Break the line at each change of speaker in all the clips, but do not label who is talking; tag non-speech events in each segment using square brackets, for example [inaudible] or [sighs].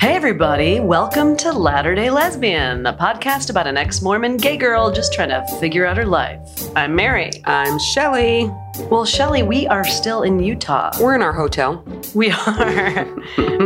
Hey, everybody, welcome to Latter day Lesbian, a podcast about an ex Mormon gay girl just trying to figure out her life. I'm Mary.
I'm Shelly.
Well, Shelly, we are still in Utah.
We're in our hotel.
We are.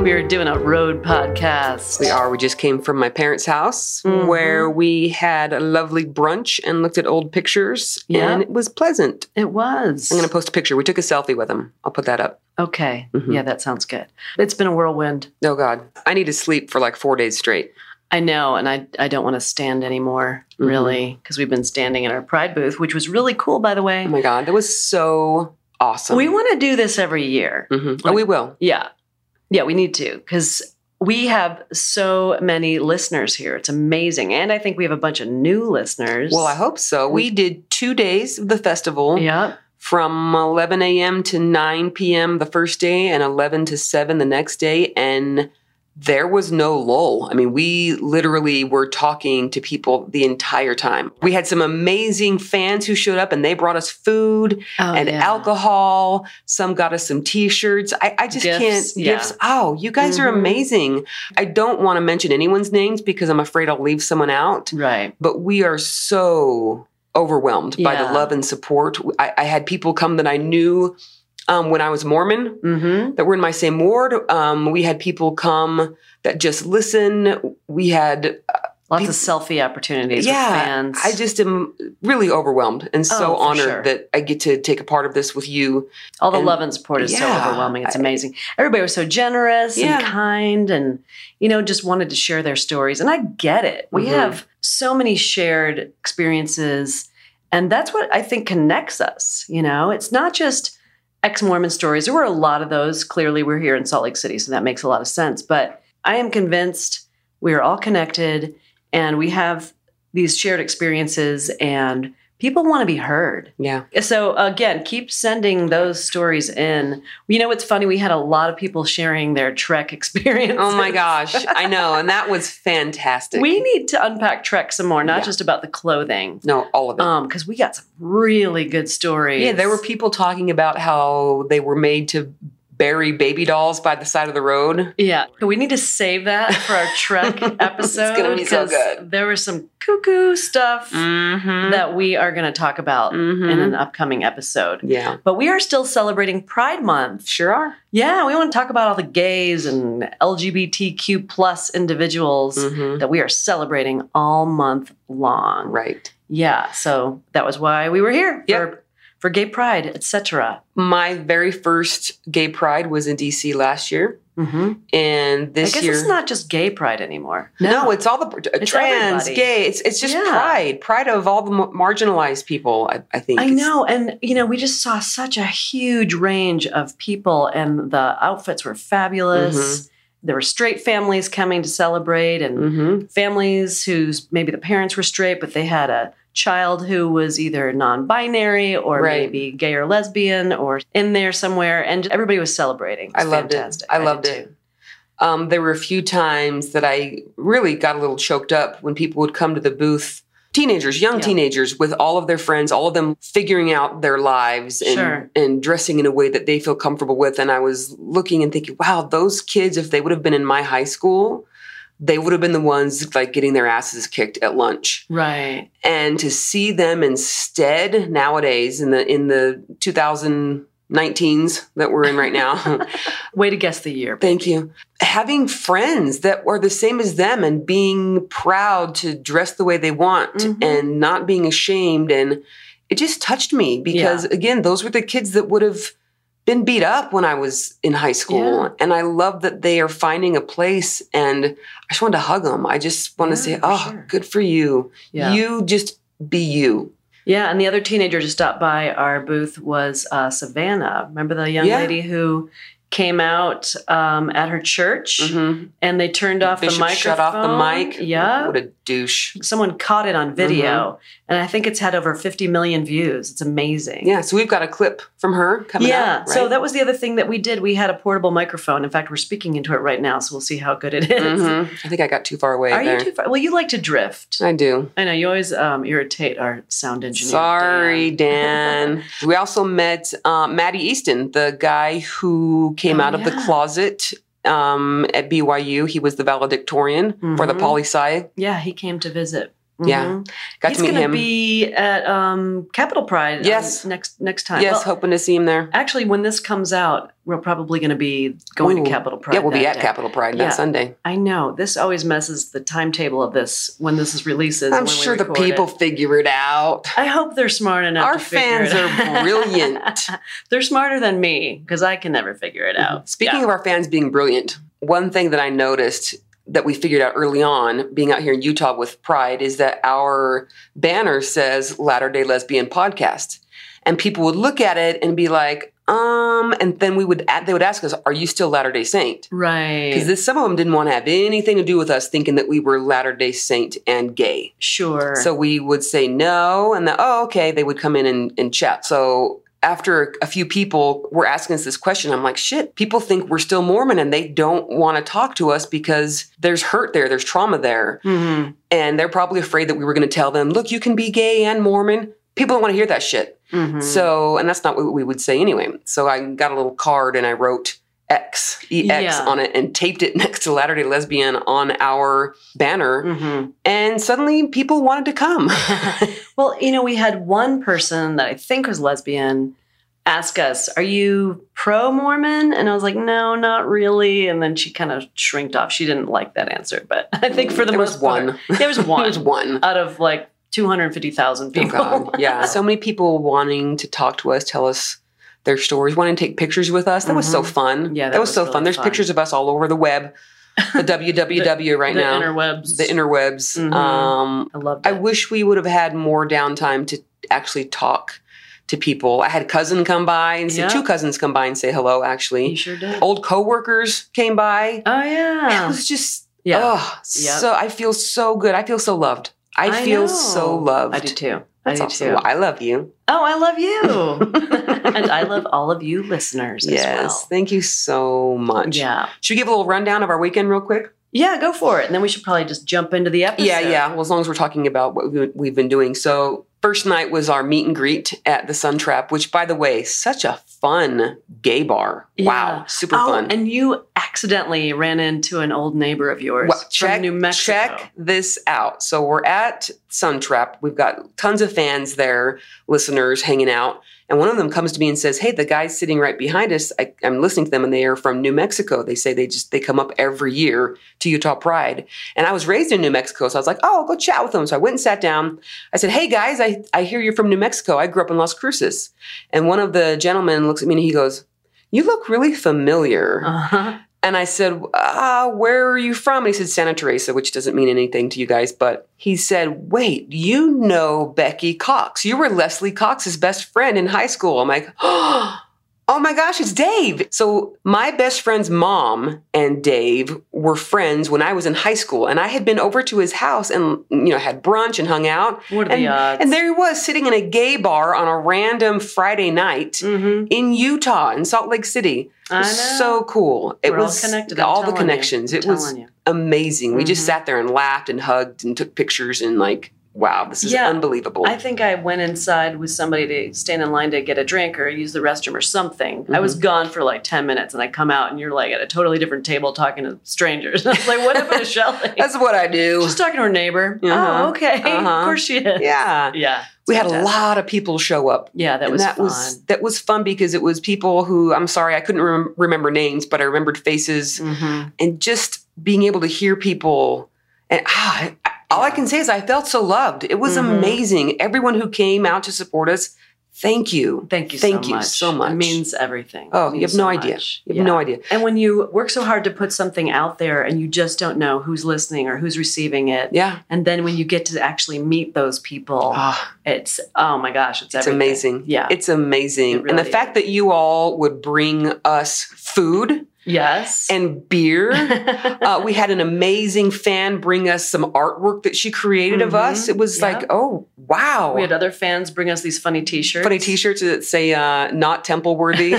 we are doing a road podcast. Mm-hmm.
We are. We just came from my parents' house where we had a lovely brunch and looked at old pictures,
Yeah.
and it was pleasant.
It was.
I'm going to post a picture. We took a selfie with him. I'll put that up.
[laughs]
Mm-hmm.
okay. Yeah, that sounds good. It's been a whirlwind.
Oh, God. I need to sleep for like four days straight.
I know, and I, I don't want to stand anymore,
Mhm.
really, because we've been standing in our pride booth, which was really cool, by the way.
Oh, my God. That was so awesome.
we want to do this every year.
Mhm. Oh, we will.
Yeah. Yeah, we need to because we have so many listeners here. It's amazing. And I think we have a bunch of new listeners.
Well, I hope so. We did two days of the festival
Yeah.
from 11 a.m. to 9 p.m. the first day and 11 to 7 the next day. And there was no lull. I mean, we literally were talking to people the entire time. We had some amazing fans who showed up and they brought us food
Oh,
and
yeah.
alcohol. Some got us some t shirts. I, I just
Gifts,
can't.
yeah.
Gifts. Oh, you guys are
Mhm.
amazing. I don't want to mention anyone's names because I'm afraid I'll leave someone out
Right.
but we are so overwhelmed by the
Yeah.
love and support. I, I had people come that I knew um, when I was Mormon
Mm-hmm.
that were in my same ward. Um, we had people come that just listen. We had, uh,
Lots
Peop-
of selfie opportunities with
Yeah,
fans.
I just am really overwhelmed and so
Oh, for
honored
sure.
that I get to take a part of this with you.
All the
and-
love and support is so
yeah,
overwhelming. It's
I-
amazing. Everybody was so generous
Yeah.
and kind and, you know, just wanted to share their stories. And I get it. We
Mhm.
have so many shared experiences. And that's what I think connects us. You know, it's not just ex Mormon stories. There were a lot of those. Clearly, we're here in Salt Lake City, so that makes a lot of sense. But I am convinced we are all connected and we have these shared experiences and people want to be heard.
Yeah.
So again, keep sending those stories in. You know, it's funny. We had a lot of people sharing their Trek [laughs] experience.
Oh my gosh. I know. And that was fantastic.
we need to unpack Trek some more, not
Yeah.
just about the clothing,
no, all of it.
um, because we got some really good stories.
Yeah, there were people talking about how they were made to bury baby dolls by the side of the road.
Yeah, we need to
[laughs]
save that for our Trek episode.
It's gonna be so
'cause
good.
There was some cuckoo stuff
Mm-hmm.
that we are going to talk about in an upcoming episode.
yeah.
But we are still celebrating Pride Month.
Sure are.
Yeah, we want to talk about all the gays and LGBTQ plus individuals
Mm-hmm.
that we are celebrating all month long.
Right.
Yeah, so that was why we were here
Yep.
for, for gay pride, etc.
My very first gay pride was in DC last year.
Mm-hmm.
And
I
this
guess
year.
it's not just gay pride anymore.
no. it's all the
It's
trans,
everybody.
gay. It's, it's just
Yeah.
pride. Pride of all the mar- marginalized people, I, I think.
I
It's-
know, and you know, we just saw such a huge range of people, and the outfits were fabulous. There were straight families coming to celebrate, and
Mhm.
families whose maybe the parents were straight, but they had a child who was either non binary or
Right.
maybe gay or lesbian or in there somewhere. And everybody was celebrating.
I
was
loved it.
fantastic.
I
did
loved
too.
it. Um, there were a few times that I really got a little choked up when people would come to the booth, teenagers, young
Yeah.
teenagers, with all of their friends, all of them figuring out their lives and,
Sure.
and dressing in a way that they feel comfortable with. And I was looking and thinking, wow, those kids, if they would have been in my high school, they would have been the ones like getting their asses kicked at lunch
Right.
and to see them instead nowadays in the in the 2019s that we're in right now
[laughs] Way to guess the year.
Thank you. Having friends that are the same as them and being proud to dress the way they want
Mhm.
and not being ashamed. And it just touched me because, again, those were the kids that would have been beat up when I was in high school.
Yeah.
And I love that they are finding a place. And I just wanted to hug them. I just want
Yeah,
to say,
for
oh,
sure.
good for you.
Yeah.
You just be you.
yeah. And the other teenager who stopped by our booth was uh, Savannah. Remember the young
Yeah.
lady who came out um, at her church
Mhm.
and they turned off the
Bishop
microphone.
shut off the mic.
Yeah.
What a douche. Mm-hmm.
Someone caught it on video and I think it's had over 50 million views. It's amazing.
Yeah. So we've got a clip from her coming
yeah.
up.
So
right?
that was the other thing that we did. We had a portable microphone. In fact, we're speaking into it right now, so we'll see how good it is.
Mhm. I think I got too far away
Are
there.
you too far? Well, you like to drift.
I do.
I know you always um, irritate our sound engineer.
Sorry,
Dan. [laughs]
Dan. we also met um, Maddie Easton, the guy who came
Oh,
out of the
yeah.
closet um, at BYU. He was the valedictorian for the
Mhm.
poli sci.
Yeah, he came to visit.
Yeah.
Mhm.
Got
he's
to meet
gonna
him.
be at um, Capital Pride. um,
Yes.
next next time.
yes,
Well,
hoping to see him there.
actually, when this comes out, we're probably going to be going
Ooh.
to Capital Pride.
yeah, we'll be
that
at
day.
Capitol Pride
Yeah.
that Sunday.
I know this always messes the timetable of this when this is releases.
I'm
and when we
sure the
record it.
people figure it out.
I hope they're smart enough.
Our
to figure it
fans are
out. [laughs]
brilliant.
they're smarter than me because I can never figure it out.
Mm-hmm. Speaking of our fans being brilliant, one thing that I noticed that we figured out early on being out here in Utah with Pride is that our banner says Latter day Lesbian Podcast. And people would look at it and be like, um, and then we would add, they would ask us, Are you still Latter day Saint?
right,
Because some of them didn't want to have anything to do with us thinking that we were Latter day Saint and gay.
sure.
So we would say no, and then, oh, okay, they would come in and, and chat. So after a few people were asking us this question, I'm like, shit, people think we're still Mormon and they don't want to talk to us because there's hurt there, there's trauma there.
Mhm.
And they're probably afraid that we were going to tell them, look, you can be gay and Mormon. People don't want to hear that shit.
Mhm.
So, and that's not what we would say anyway. So I got a little card and I wrote X, EX
Yeah.
on it and taped it [laughs] next to Latter day Lesbian on our banner.
Mhm.
And suddenly people wanted to come. [laughs]
Well, you know, we had one person that I think was lesbian ask us, Are you pro Mormon? And I was like, No, not really. And then she kind of shrinked off. She didn't like that answer, but [laughs] I think for the
[laughs] There was
most part-
one.
there was
It
one
was one.
out of like 250,000
Oh, [laughs]
people.
God. Yeah. So many people wanting to talk to us, tell us their stories, wanting to take pictures with us. That was so
Mhm.
fun.
Yeah,
That,
that
was,
was
so
really
fun. There's
fun.
pictures of us all over the web,
[laughs]
the www right
the
now,
interwebs.
the interwebs.
Mhm.
Um,
I loved
I
it.
wish we would have had more downtime to actually talk to people. I had cousin come by and say,
Yeah.
two cousins come by and say hello,
you
actually.
sure did.
Old coworkers came by.
Oh,
It
yeah.
was just
Yeah.
Oh,
Yep.
so I feel so good. I feel so loved. I,
I
feel
know.
so loved.
I do too.
That's
I do
awesome.
too.
Well, I love you.
Oh, I love
[laughs]
you. and I love all of you listeners
yes.
as
Thank you so
well.
much.
Yeah.
Should we give a little rundown of our weekend real quick?
Yeah, go for it. And then we should probably just jump into the episode.
Yeah, yeah. Well, as long as we're talking about what we- we've been doing. So, first night was our meet and greet at the Sun Trap, which, by the way, such a fun gay bar. Wow.
Yeah.
Super
Oh,
fun.
and you accidentally ran into an old neighbor of yours
Well,
from
check,
New Mexico.
check this out. So we're at Suntrap. We've got tons of fans there, listeners hanging out. And one of them comes to me and says, Hey, the guys sitting right behind us, I, I'm listening to them and they are from New Mexico. They say they just, they come up every year to Utah Pride. And I was raised in New Mexico. So I was like, Oh, I'll go chat with them. So I went and sat down. I said, Hey guys, I, I hear you're from New Mexico. I grew up in Las Cruces. And one of the gentlemen looks at me and he goes, you look really familiar.
Uh-huh.
And I said, uh, Where are you from? And he said, Santa Teresa, which doesn't mean anything to you guys. But he said, Wait, you know Becky Cox. You were Leslie Cox's best friend in high school. I'm like, [gasps] Oh my gosh, it's Dave. So my best friend's mom and Dave were friends when I was in high school. And I had been over to his house and, you know, had brunch and hung out.
What are
And,
the odds?
and there he was sitting in a gay bar on a random Friday night
Mhm.
in Utah, in Salt Lake City.
I know.
So cool. It
We're all
was
connected, I'm
all the
telling you.
connections. It
I'm
was
telling you.
amazing. We just
Mhm.
sat there and laughed and hugged and took pictures and like, wow, this is
Yeah.
unbelievable.
I think I went inside with somebody to stand in line to get a drink or use the restroom or something. I
Mm-hmm.
was gone for like 10 minutes and I come out and you're like at a totally different table talking to strangers. [laughs] I was like, what happened
[laughs]
to Shelly?
That's what I do.
She's talking to her neighbor.
Uh-huh.
Oh, okay. [laughs]
Uh-huh.
Of course she is.
yeah.
Yeah.
We had a
Fantastic.
lot of people show up.
Yeah, that
and
was
that
fun.
was that was fun because it was people who I'm sorry I couldn't rem- remember names but I remembered faces
Mhm.
and just being able to hear people and ah, I- all I
Yeah.
can say is I felt so loved. It was
Mhm.
amazing. Everyone who came out to support us, Thank you.
Thank you.
Thank
so
you
much.
so much.
It means everything.
Oh,
It
you
means
have no
so
idea.
much.
You have
Yeah.
no idea.
And when you work so hard to put something out there, and you just don't know who's listening or who's receiving it,
Yeah.
and then when you get to actually meet those people,
Ah,
it's oh my gosh, it's,
it's
everything.
amazing.
Yeah.
It's amazing.
It
and the
really
fact that you all would bring us food
yes.
and
[laughs]
beer. uh, we had an amazing fan bring us some artwork that she created of us.
Mhm.
It was like,
Yep.
oh, wow.
we had other fans bring us these funny T-shirts.
funny t-shirts that say uh, not temple
[laughs]
worthy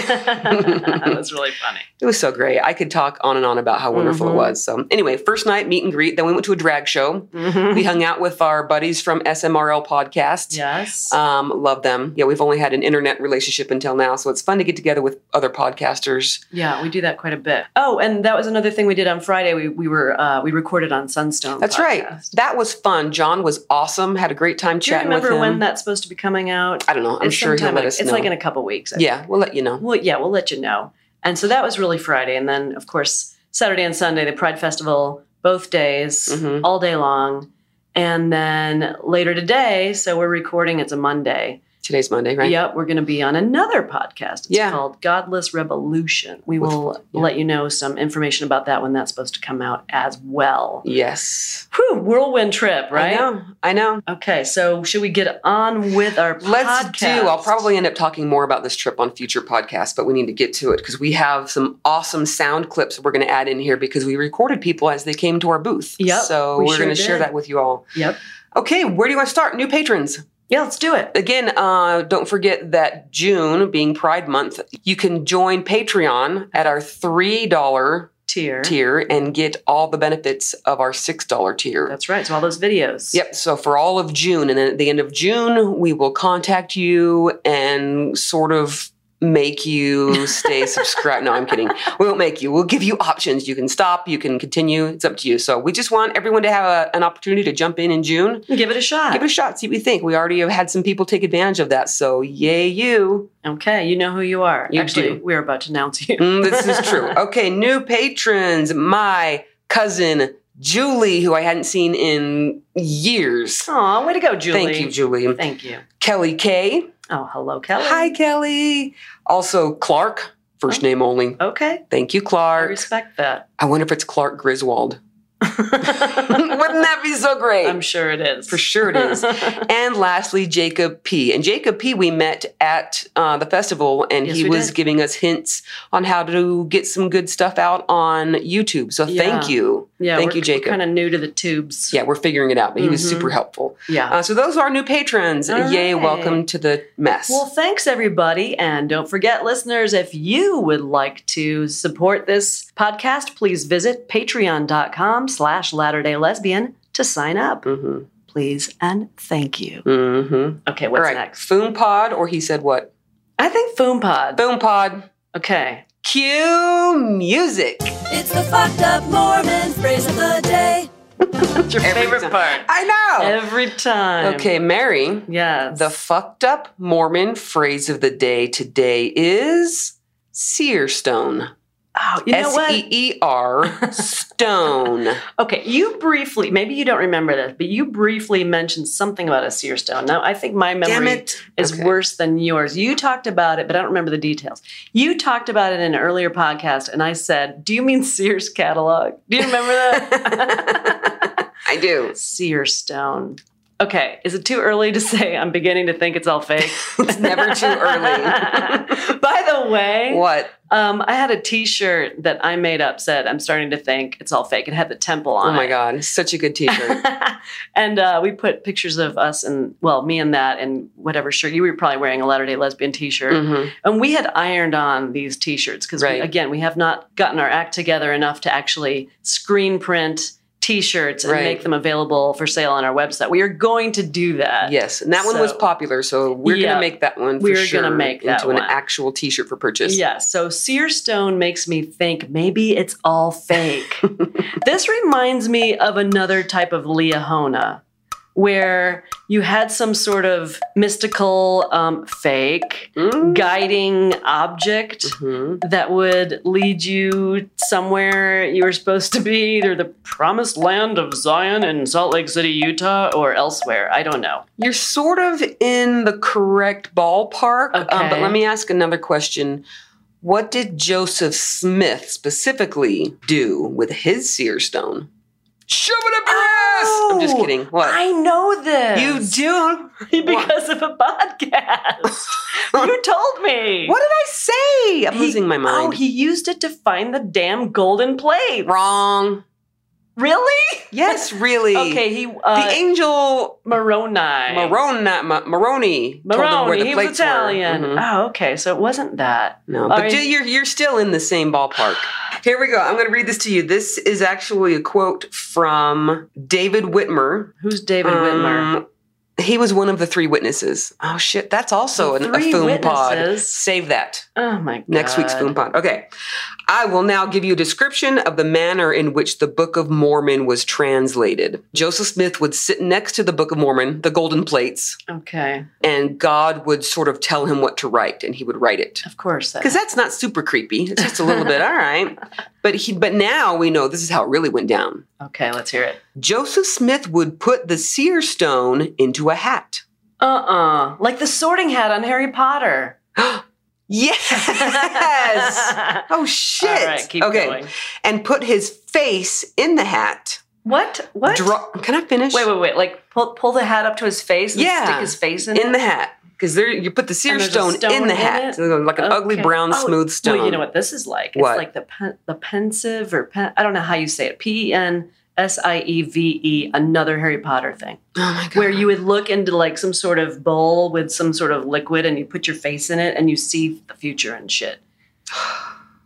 that was really funny.
it was so great i could talk on and on about how wonderful
Mhm.
it was so anyway first night meet and greet then we went to a drag show
Mm-hmm.
we hung out with our buddies from smrl podcast
Yes.
um, love them yeah we've only had an internet relationship until now so it's fun to get together with other podcasters
yeah, we do that quite a bit. Oh, and that was another thing we did on Friday. We we were uh, we recorded on Sunstone.
that's right
podcast.
that was fun john was awesome had a great time
Do you
chatting with
remember
him
when that's supposed to be coming out?
i don't know i'm
It's
sure he'll
sometime
let
like-
us
It's
know
like in a couple weeks. I
yeah we'll let you know
Well, yeah, we'll let you know. And so that was really Friday. And then, of course, Saturday and Sunday, the Pride Festival, both days,
Mhm.
all day long. And then later today, so we're recording, it's a Monday.
today's monday right
Yep, we're going to be on another podcast. It's
Yeah.
called Godless Revolution. We
With-
will
yeah.
let you know some information about that when that's supposed to come out as well.
yes
Whew, whirlwind trip, right?
i know i know
Okay, so should we get on with our
Let's
podcast?
do. I'll probably end up talking more about this trip on future podcasts, but we need to get to it because we have some awesome sound clips we're going to add in here because we recorded people as they came to our booth.
Yep,
So
we
we are
sure
going to share
did.
that with you all.
Yep.
Okay, where do you want to start? New patrons.
Yeah, let's do it.
Again, uh, don't forget that June being Pride Month, you can join Patreon at our $3
Tier.
tier and get all the benefits of our $6 tier.
That's right. So all those videos.
Yep. So for all of June, and then at the end of June, we will contact you and sort of make you stay
[laughs]
subscribed. No, I'm kidding. We won't make you. We'll give you options. You can stop. You can continue. It's up to you. So we just want everyone to have a, an opportunity to jump in in June.
Give it a shot.
Give it a shot. See what you think. We already have had some people take advantage of that. So yay, you.
okay, you know who you are.
You
Actually,
do.
we're about to announce you.
Mm, this is
[laughs]
true. Okay, new patrons. My cousin Julie, who I hadn't seen in years.
Aw, way to go, Oh, Julie.
Thank you, Julie.
Thank you.
Kelly Kay.
Oh, hello, Kelly.
Hi, [laughs] Kelly. Also, Clark, first name only.
Oh. Okay,
Thank you,
I
Clark.
respect that.
I wonder if it's Clark Griswold. Wouldn't that be so great?
I'm sure it is.
For sure it
[laughs]
is. and lastly, Jacob P. And Jacob P. we met at uh, the festival, and
Yes,
he
we
was
did.
giving us hints on how to get some good stuff out on YouTube. So
Yeah.
thank you.
yeah,
Thank you, Jacob.
Kind of new to the tubes.
Yeah, we're figuring it out, but he was
Mhm.
super helpful.
Yeah.
Uh, so those are our new patrons.
All
Yay,
right.
welcome to the mess.
Well, thanks everybody. And don't forget, listeners, if you would like to support this podcast, please visit patreon.com slash Latter-day Lesbian to sign up.
mm-hmm.
Please and thank you.
Mm-hmm.
Okay,
All
what's
right.
next?
Foom Pod, or he said what?
I think Foom Pod.
Boom pod.
Okay.
Cue music.
It's the fucked up Mormon phrase of the day.
That's your
Every
favorite
time.
part.
I know.
Every time.
Okay, Mary.
Yes.
The fucked up Mormon phrase of the day today is seer stone.
oh, you know
S
what?
E E
[laughs]
R stone.
Okay, you briefly, maybe you don't remember this, but you briefly mentioned something about a seer stone. Now, I think my memory is
Okay.
worse than yours. You talked about it, but I don't remember the details. You talked about it in an earlier podcast, and I said, Do you mean Sears catalog? Do you remember that?
[laughs] I do.
seer stone. Okay, is it too early to say I'm beginning to think it's all fake?
It's never too
[laughs]
early.
By the way,
what?
um, I had a T-shirt that I made up said "I'm starting to think it's all fake." It had the temple
Oh
on.
my
it.
God. Such a good t shirt.
[laughs] and uh, we put pictures of us and well, me and that and whatever shirt you were probably wearing a Latter Day Lesbian T-shirt,
hmm
and we had ironed on these T-shirts because
Right.
again we have not gotten our act together enough to actually screen print T-shirts and
Right.
make them available for sale on our website. We are going to do that.
Yes. And that one was
So-
popular. So we're going
Yeah.
to make that one for
We're gonna
sure
make that
into an
one.
actual t shirt for purchase.
Yeah, so Sear Stone makes me think maybe it's all fake. this reminds me of another type of Leahona, where you had some sort of mystical um, fake guiding object
Mhm.
that would lead you somewhere you were supposed to be, either the promised land of Zion in Salt Lake City, Utah, or elsewhere. I don't know.
You're sort of in the correct ballpark. Um, but
Okay.
let me ask another question. What did Joseph Smith specifically do with his seer stone? Shove it up your ass! I'm just
Oh,
kidding. What?
know
you
this.
do? [laughs]
because of a [laughs] podcast. you told me.
What did I say? I'm
He-
losing my mind.
Oh, he used it to find the damn golden plate.
Wrong.
Really?
Yes, really.
Okay, he
The
uh,
angel
Moroni.
Maroni, not Ma- Maroni, told them where
Moroni.
the
He was
plates
Italian.
were. Mhm.
Oh, okay. So it wasn't that.
No, but
I-
do- you're you're still in the same ballpark. Here we go. I'm going to read this to you. This is actually a quote from David Whitmer.
Who's David Whitmer?
Um, He was one of the three witnesses. Oh shit, that's also an, a
Three
foom pod.
witnesses?
Save that.
Oh my god.
Next week's Foom Pod. Okay. I will now give you a description of the manner in which the Book of Mormon was translated. Joseph Smith would sit next to the Book of Mormon, the golden plates,
Okay.
and God would sort of tell him what to write, and he would write it.
Of course. That.
Because that's not super creepy. It's just a little bit, all
[laughs]
right. But he but now we know this is how it really went down.
Okay. Let's hear it.
Joseph Smith would put the seer stone into a hat.
Uh uh Like the Sorting Hat on Harry
[gasps]
Potter. [laughs]
Yes. oh shit.
All right. Keep
okay.
going.
And put his face in the hat.
What? What?
Draw, can I finish?
wait, wait, wait. Like pull pull the hat up to his face and
Yeah.
stick his face in,
In the hat. Because there you put the seer
And there's a
stone,
stone
in the
in
hat.
it?
So Like an ugly
Okay.
brown
Oh,
smooth stone.
Well, you know what this is like.
What?
It's like the pen, the pensive or pen, I don't know how you say it. P E N S I E V E. Another Harry Potter thing
[gasps] Oh my god.
where you would look into like some sort of bowl with some sort of liquid and you put your face in it and you see the future and
[sighs]
shit.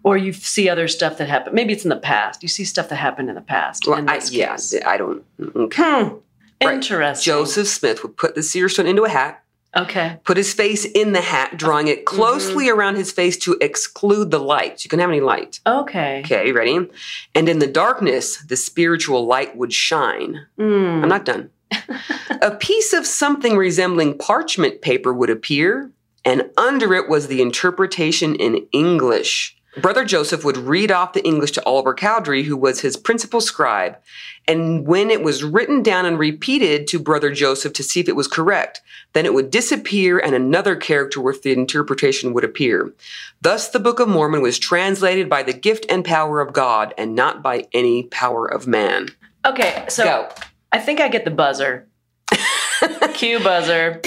Or you see other stuff that happened. Maybe it's in the past. You see stuff that happened in the past.
well,
in
I,
this
yeah,
case.
I don't. okay.
Hmm.
Right.
Interesting.
Joseph Smith would put the seer stone into a hat.
Okay.
put his face in the hat, drawing it
Mm-hmm.
closely around his face to exclude the light. You can have any light.
Okay.
Okay, you ready? And in the darkness, the spiritual light would shine.
Mm.
Hmm.
I'm not done. a piece of something resembling parchment paper would appear, and under it was the interpretation in English. Brother Joseph would read off the English to Oliver Cowdery, who was his principal scribe, and when it was written down and repeated to Brother Joseph to see if it was correct, then it would disappear and another character with the interpretation would appear. Thus, the Book of Mormon was translated by the gift and power of God and not by any power of man.
Okay. So
Go.
I think I get the buzzer. Cue buzzer.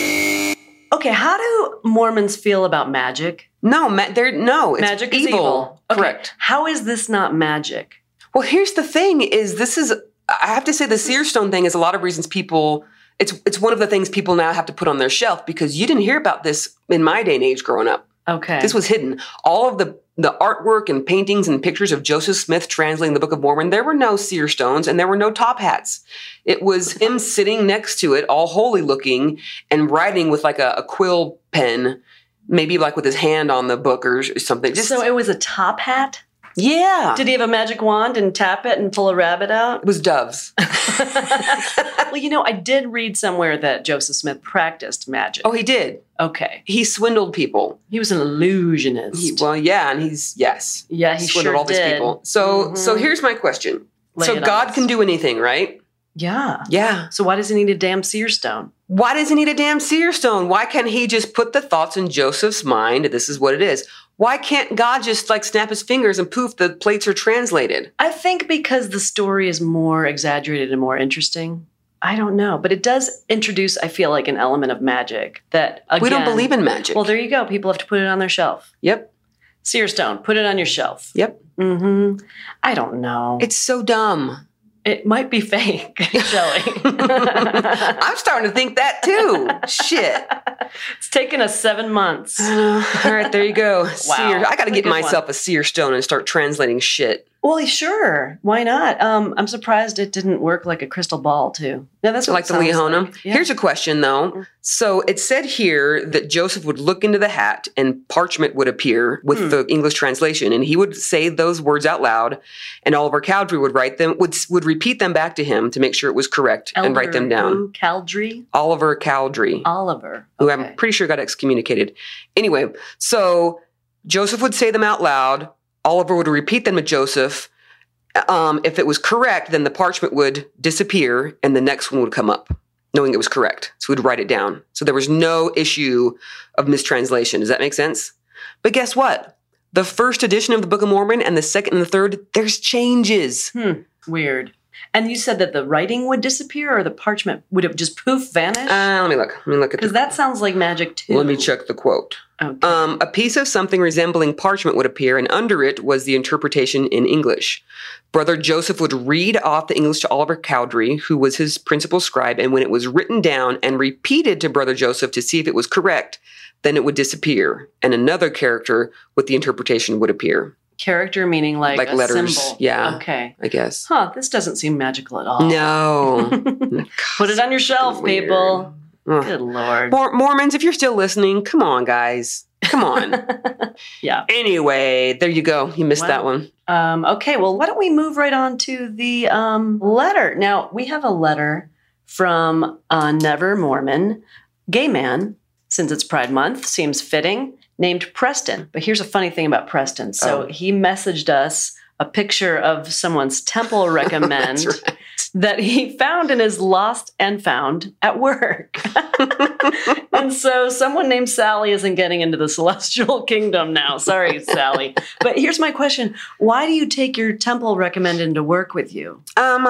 Okay, how do Mormons feel about magic?
No, ma- there. No, it's
magic
evil.
is evil. Okay,
Correct.
How is this not magic?
Well, here's the thing: is this is I have to say the seer stone thing is a lot of reasons people. It's it's one of the things people now have to put on their shelf because you didn't hear about this in my day and age growing up.
Okay.
This was hidden. All of the the artwork and paintings and pictures of Joseph Smith translating the Book of Mormon, there were no seer stones and there were no top hats. It
[laughs]
was him sitting next to it, all holy looking, and writing with like a, a quill pen, maybe like with his hand on the book or something. Just
so it was a top hat?
yeah,
Did he have a magic wand and tap it and pull a rabbit out?
it was doves.
[laughs] well, you know, I did read somewhere that Joseph Smith practiced magic.
Oh, he did.
Okay.
He swindled people.
He was an illusionist.
He, well, yeah, and he's yes,
yeah, he
swindled
sure
all these
did.
people. So, so
Mhm.
here's my question.
Lay
so
it on
God
us.
can do anything, right?
Yeah.
Yeah.
So why does he need a damn seer stone?
Why does he need a damn seer stone? Why can't he just put the thoughts in Joseph's mind? This is what it is. Why can't God just like snap his fingers and poof, the plates are translated?
I think because the story is more exaggerated and more interesting. I don't know, but it does introduce, I feel like, an element of magic that again,
we don't believe in magic.
Well, there you go. People have to put it on their shelf.
yep.
Seer stone, put it on your [laughs] shelf.
Yep.
Mm-hmm. I don't know.
It's so dumb.
it might be fake, Shelly.
I'm starting to think that too. Shit.
[laughs] it's taken us seven months.
[laughs] All right, there you go. Seer. I got to
That's a
get
good one.
myself a seer stone and start translating shit.
Well, sure. Why not? Um, I'm surprised it didn't work like a crystal ball too. Now that's
So
what
like
it
the
sounds
Leona.
like. Yeah. Mm-hmm.
Here's a question though. So it said here that Joseph would look into the hat and parchment would appear with
Hmm.
the English translation, and he would say those words out loud, and Oliver Cowdery would write them, would would repeat them back to him to make sure it was correct and write them
Elder
down.
who? Caldry
Oliver Cowdery,
Oliver.
who
Okay.
I'm pretty sure got excommunicated. Anyway, so Joseph would say them out loud. Oliver would repeat them to Joseph. Um, if it was correct, then the parchment would disappear and the next one would come up, knowing it was correct. So we'd write it down. So there was no issue of mistranslation. Does that make sense? But guess what? The first edition of the Book of Mormon and the second and the third, there's changes.
Hmm, Weird. And you said that the writing would disappear, or the parchment would have just poof vanish?
Uh, let me look. Let me look at
Because
the,
that sounds like magic too.
Let me check the quote.
Okay.
Um, a piece of something resembling parchment would appear, and under it was the interpretation in English. Brother Joseph would read off the English to Oliver Cowdery, who was his principal scribe, and when it was written down and repeated to Brother Joseph to see if it was correct, then it would disappear, and another character with the interpretation would appear,
Character meaning like,
Like
a
letters,
symbol.
yeah.
Okay.
I guess.
Huh. This doesn't seem magical at all. [laughs]
No.
Put it on your shelf,
Weird.
people.
Ugh.
Good lord.
Mor- Mormons, if you're still listening, come on, guys. Come on.
Yeah.
anyway, there you go. You missed
Wow.
that one.
Um, okay. Well, why don't we move right on to the um, letter? Now we have a letter from a never Mormon gay man. Since it's Pride Month, seems fitting. Named Preston. But here's a funny thing about Preston. So
Oh.
he messaged us a picture of someone's temple recommend
[laughs] That's right.
that he found in his lost and found
[laughs]
at work. and so someone named Sally isn't getting into the celestial [laughs] kingdom now. Sorry, Sally. But here's my question Why do you take your temple recommend into work with you?
Um,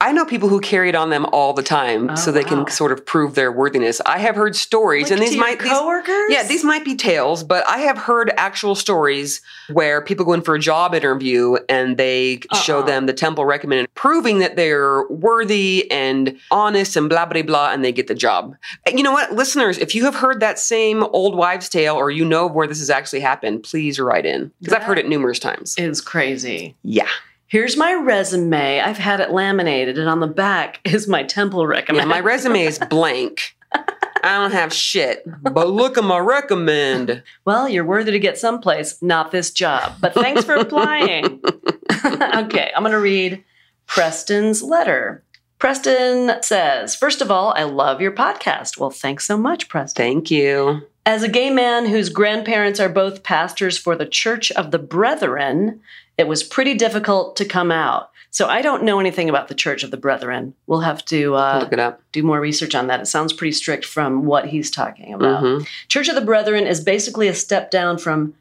I know people who carry it on them all the time,
Oh,
so they
wow.
can sort of prove their worthiness. I have heard stories,
Like
and
to
these
your
might these,
coworkers?
yeah, these might be tales, but I have heard actual stories where people go in for a job interview and they show
Uh-uh.
them the temple recommended, proving that they're worthy and honest and blah, blah, blah, and they get the job. And you know what, listeners, if you have heard that same old wives' tale or you know of where this has actually happened, please write in because I've
Yeah.
heard it numerous times.
is crazy.
Yeah.
Here's my resume. I've had it laminated, and on the back [laughs] is my temple
Yeah,
recommend.
my resume is blank. I don't have shit, but look at my recommend.
Well, you're worthy to get someplace, not this job. But thanks
[laughs]
for applying. [laughs] okay, I'm going to read Preston's letter. Preston says, First of all, I love your podcast. Well, thanks so much, Preston.
Thank you.
As a gay man whose grandparents are both pastors for the Church of the Brethren, it was pretty difficult to come out. So I don't know anything about the Church of the Brethren. We'll have to uh,
look it up.
do more research on that. It sounds pretty strict from what he's talking about.
Mhm.
Church of the Brethren is basically a step down from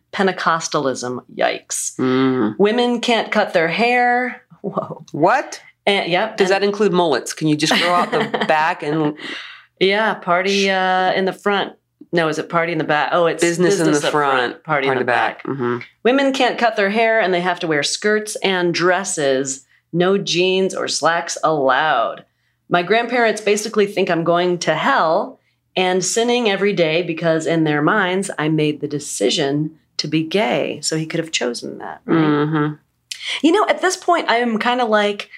Pentecostalism. Yikes.
Mm.
Women can't cut their hair. Whoa.
What
And, yep.
does
and-
that include mullets? Can you just grow out
[laughs]
the back and
Yeah, party uh, in the front. No, is it party in the back? Oh, it's
business, in the
up
front,
party, in the, back.
Mhm.
Women can't cut their hair and they have to wear skirts and dresses. No jeans or slacks allowed. My grandparents basically think I'm going to hell and sinning every day because in their minds I made the decision to be gay. So he could have chosen that. right?
Mhm.
You know, at this point I'm kind of like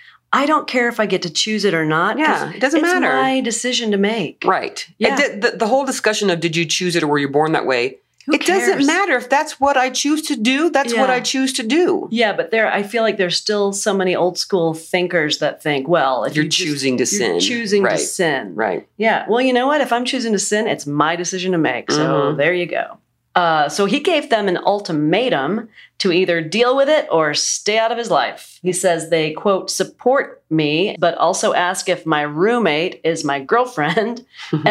I don't care if I get to choose it or not. 'cause
Yeah, it doesn't
it's
matter.
my decision to make.
Right.
Yeah.
It- the, the- the whole discussion of did you choose it or were you born that way?
Who
it doesn't
cares?
matter if that's what I choose to do. That's what
Yeah.
I choose to do.
Yeah, but there, I feel like there's still so many old school thinkers that think, well, if
You're
you just-
choosing to
you're
sin.
choosing
right.
to sin,
Right.
Yeah. Well, you know what? If I'm choosing to sin, it's my decision to make. So
Mhm.
there you go. Uh, so he gave them an ultimatum to either deal with it or stay out of his life. He says they, quote, support me, but also ask if my roommate is my
[laughs]
girlfriend.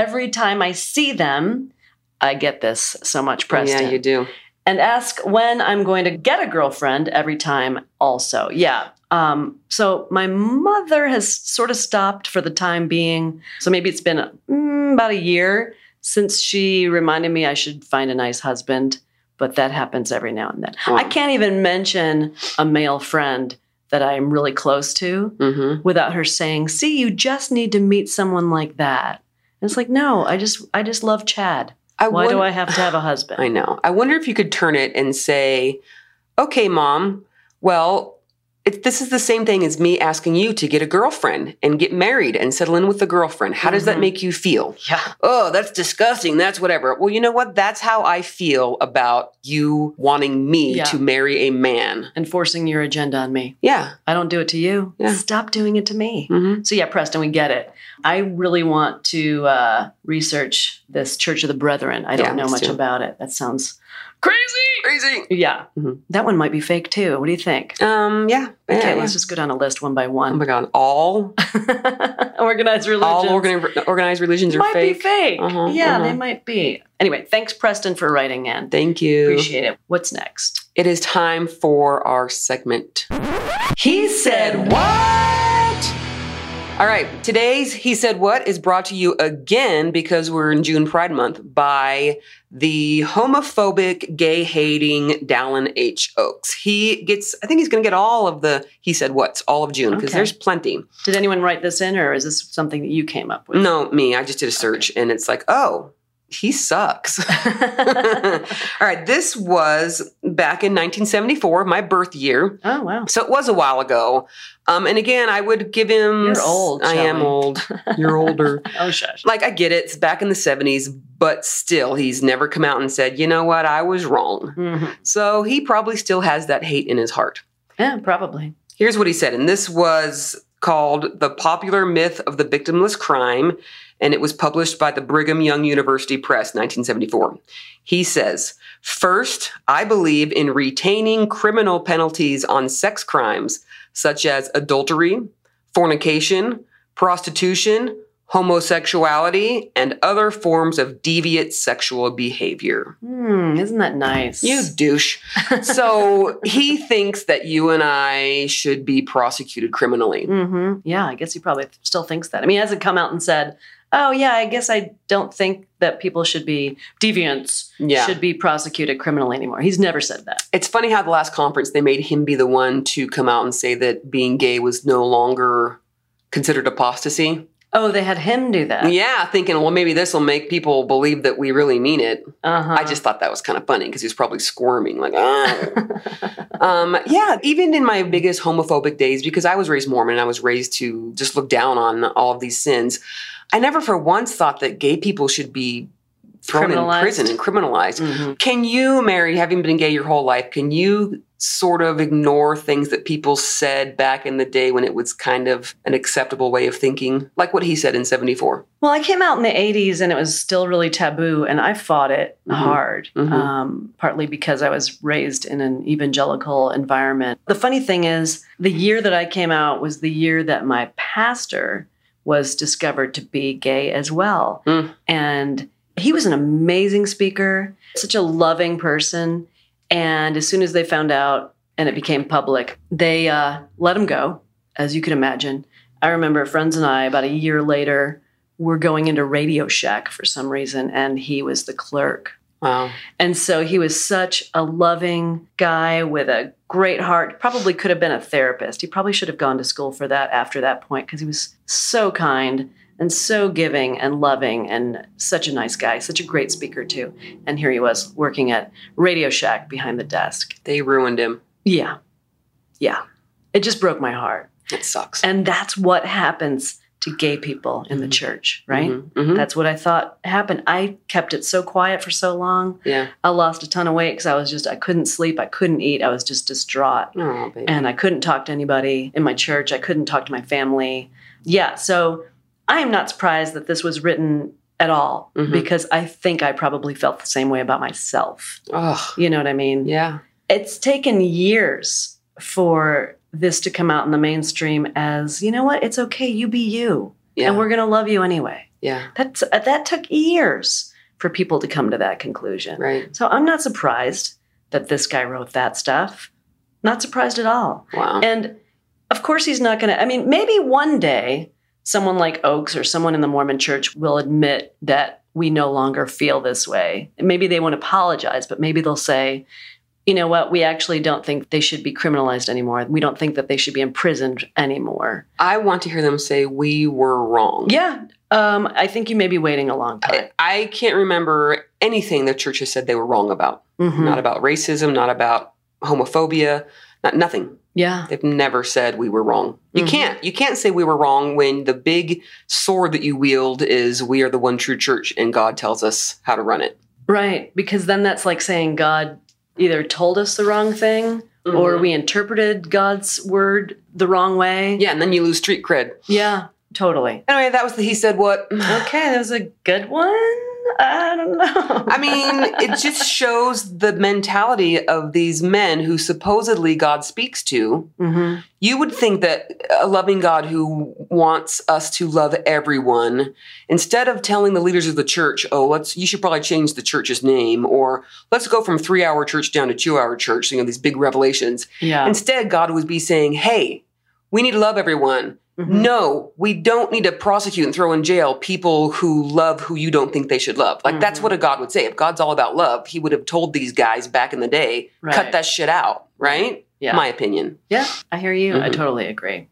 Every time I see them, I get this so much, Preston
Yeah, you do.
and ask when I'm going to get a girlfriend every time, also. Yeah. Um, so my mother has sort of stopped for the time being. So maybe it's been mm, about a year since she reminded me I should find a nice husband, but that happens every now and then.
Hmm.
I can't even mention a male friend that I'm really close to
hmm
without her saying, "See, you just need to meet someone like that." And it's like, "No, I just I just love Chad.
I
Why do
wonder-
I have to have a husband?"
I know. I wonder if you could turn it and say, okay, mom, Well, it, this is the same thing as me asking you to get a girlfriend and get married and settle in with a girlfriend. How does that
Mhm.
make you feel?
Yeah.
Oh, that's disgusting. That's whatever. Well, you know what? That's how I feel about you wanting me
Yeah.
to marry a man.
And forcing your agenda on me.
Yeah.
I don't do it to you.
Yeah.
Stop doing it to me.
Mm-hmm.
So yeah, Preston, we get it. I really want to uh, research this Church of the Brethren. I don't
Yeah,
know
let's
much
do it.
about it. That sounds crazy.
Crazy.
Yeah,
Mhm.
that one might be fake too. What do you think?
Um. Yeah. Yeah,
Okay,
yeah.
let's just go down a list one by
Oh my
one.
god! All
Organized religion.
all organi- organized religions are
might
fake.
be [laughs] fake.
Uh-huh,
yeah,
uh-huh.
they might be. Anyway, thanks Preston for writing in.
Thank you.
Appreciate it. What's next?
It is time for our segment.
He said
what? All right, today's He Said What is brought to you again because we're in June Pride Month by the homophobic, gay hating Dallin H. Oaks. He gets, I think he's going to get all of the He Said What's, all of June, because
Okay.
there's plenty.
Did anyone write this in, or is this something that you came up with?
No, me, I just did a search and it's like, oh, he
[laughs]
sucks. [laughs] all right, this was back in 1974, my birth year.
oh wow.
So it was a while ago. Um, and again, I would give him.
You're old,
I am
Shelley.
old. You're
[laughs]
older.
Oh shush.
Like, I get it. It's back in the 70s, but still, he's never come out and said, you know what, I was wrong.
Mhm.
So he probably still has that hate in his heart.
Yeah, probably.
Here's what he said, and this was called The Popular Myth of the Victimless Crime, and it was published by the Brigham Young University Press, 1974. He says, First, I believe in retaining criminal penalties on sex crimes such as adultery, fornication, prostitution, homosexuality, and other forms of deviant sexual behavior.
Hmm, isn't that nice?
You douche. So he thinks that you and I should be prosecuted criminally.
hmm Yeah, I guess he probably still thinks that. I mean, he hasn't come out and said, "Oh yeah, I guess I don't think that people should be deviants
Yeah.
should be prosecuted criminally anymore." He's never said that.
It's funny how the last conference they made him be the one to come out and say that being gay was no longer considered apostasy.
Oh, they had him do that.
Yeah, thinking, well, maybe this will make people believe that we really mean it.
Uh-huh.
I just thought that was kind of funny because he was probably squirming, like,
[laughs]
ah. um, yeah, even in my biggest homophobic days, because I was raised Mormon and I was raised to just look down on all of these sins, I never for once thought that gay people should be thrown in
Criminalized.
prison and criminalized.
Mhm.
Can you, Mary, having been gay your whole life, can you sort of ignore things that people said back in the day when it was kind of an acceptable way of thinking? Like what he said in 74.
Well, I came out in the 80s and it was still really taboo, and I fought it
Mhm.
hard,
Mhm.
Um, partly because I was raised in an evangelical environment. The funny thing is, the year that I came out was the year that my pastor was discovered to be gay as well.
Mm.
And he was an amazing speaker, such a loving person. And as soon as they found out and it became public, they uh, let him go, as you can imagine. I remember friends and I, about a year later, were going into Radio Shack for some reason, and he was the clerk.
Wow.
And so he was such a loving guy with a great heart. Probably could have been a therapist. He probably should have gone to school for that after that point because he was so kind and so giving and loving and such a nice guy, such a great speaker, too. And here he was working at Radio Shack behind the desk.
They ruined him.
Yeah. Yeah. It just broke my heart.
It sucks.
And that's what happens to gay people in the
Mhm.
church, right?
Mhm. Mhm.
That's what I thought happened. I kept it so quiet for so long.
Yeah.
I lost a ton of weight because I was just, I couldn't sleep. I couldn't eat. I was just distraught.
Oh, baby.
And I couldn't talk to anybody in my church. I couldn't talk to my family. Yeah. So I am not surprised that this was written at all
Mhm.
because I think I probably felt the same way about myself.
oh,
You know what I mean?
yeah.
It's taken years for this to come out in the mainstream as, you know what? It's okay. You be you.
Yeah.
And we're going to love you anyway.
yeah.
That's uh, that took years for people to come to that conclusion.
Right.
So I'm not surprised that this guy wrote that stuff. Not surprised at all.
Wow.
And of course he's not going to I mean maybe one day someone like Oakes or someone in the Mormon church will admit that we no longer feel this way. And Maybe they won't apologize, but maybe they'll say you know what? We actually don't think they should be criminalized anymore. We don't think that they should be imprisoned anymore.
I want to hear them say, we were wrong.
Yeah, um, I think you may be waiting a long time.
I, I can't remember anything the church has said they were wrong about.
Mhm.
Not about racism, not about homophobia, Not, nothing.
Yeah.
They've never said we were wrong. You
Mhm.
can't. You can't say we were wrong when the big sword that you wield is we are the one true church and God tells us how to run it.
Right. Because then that's like saying God either told us the wrong thing
Mm-hmm.
or we interpreted God's word the wrong way.
Yeah, and then you lose street cred.
Yeah, totally.
Anyway, that was the he said what. [sighs]
Okay, that was a good one. I don't know.
I mean, it just shows the mentality of these men who supposedly God speaks to.
hmm
You would think that a loving God who wants us to love everyone, instead of telling the leaders of the church, "Oh, let's you should probably change the church's name," or "Let's go from three-hour church down to two-hour church," you know, these big revelations.
Yeah.
Instead, God would be saying, "Hey, we need to love everyone.
Mhm.
No, we don't need to prosecute and throw in jail people who love who you don't think they should love. Like that's
Mhm.
what a God would say. If God's all about love, he would have told these guys back in the day,
Right.
cut that shit out, right?
Yeah.
My opinion.
Yeah, I hear you. I
Mhm.
totally agree.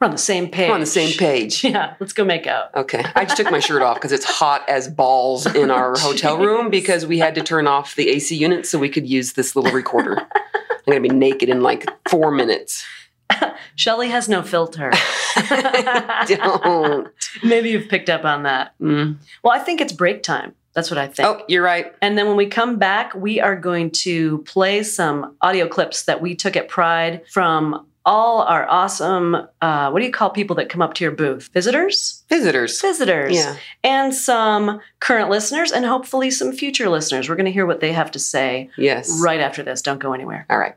We're on the same page.
We're on the same page.
[laughs] Yeah, let's go make out.
Okay. I just took my shirt off because it's hot as balls in
[laughs]
our hotel room because we had to turn off the AC unit so we could use this little
[laughs]
recorder. I'm gonna be naked in like four minutes.
Shelly has no filter.
[laughs] Don't.
[laughs] Maybe you've picked up on that.
Mm.
Well, I think it's break time. That's what I think.
Oh, you're right.
And then when we come back, we are going to play some audio clips that we took at Pride from all our awesome, uh, what do you call people that come up to your booth? Visitors?
Visitors.
Visitors.
Yeah.
And some current listeners and hopefully some future listeners. We're going to hear what they have to say
Yes.
right after this. Don't go anywhere.
All right.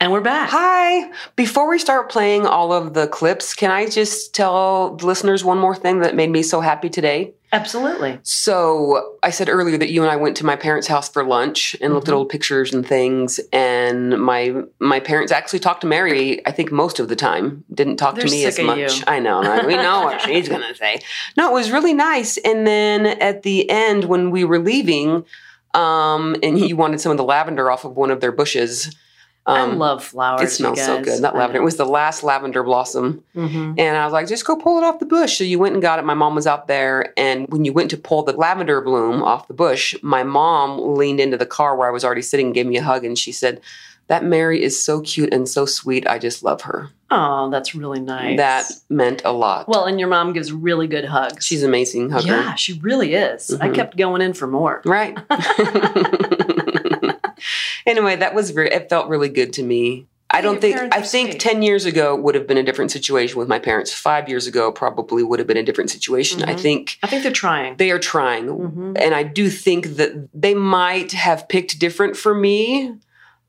And we're back.
Hi. Before we start playing all of the clips, can I just tell the listeners one more thing that made me so happy today?
Absolutely.
So I said earlier that you and I went to my parents' house for lunch and looked at
Mm-hmm.
old pictures and things. And my my parents actually talked to Mary. I think most of the time didn't talk
They're
to me
sick
as
of
much.
you.
I know. right? we know
[laughs]
what she's gonna say. No, it was really nice. And then at the end when we were leaving, um, and you wanted some of the lavender off of one of their bushes.
I
um,
love flowers.
It smells
you
so
guys.
good. That
I
lavender. It
know.
was the last lavender blossom.
Mhm.
And I was like, just go pull it off the bush. So you went and got it. My mom was out there. And when you went to pull the lavender bloom off the bush, my mom leaned into the car where I was already sitting, gave me a hug, and she said, That Mary is so cute and so sweet. I just love her.
Oh, that's really nice.
That meant a lot.
Well, and your mom gives really good hugs.
she's an amazing hugger.
Yeah, she really is. I
Mhm.
kept going in for more.
Right. [laughs] anyway, that was re- it felt really good to me. I
Yeah,
don't
your
think
parents
I
are
think
sweet.
10 years ago would have been a different situation with my parents. 5 years ago probably would have been a different situation. I
Mhm.
think
I think they're trying.
they are trying.
Mhm.
And I do think that they might have picked different for me.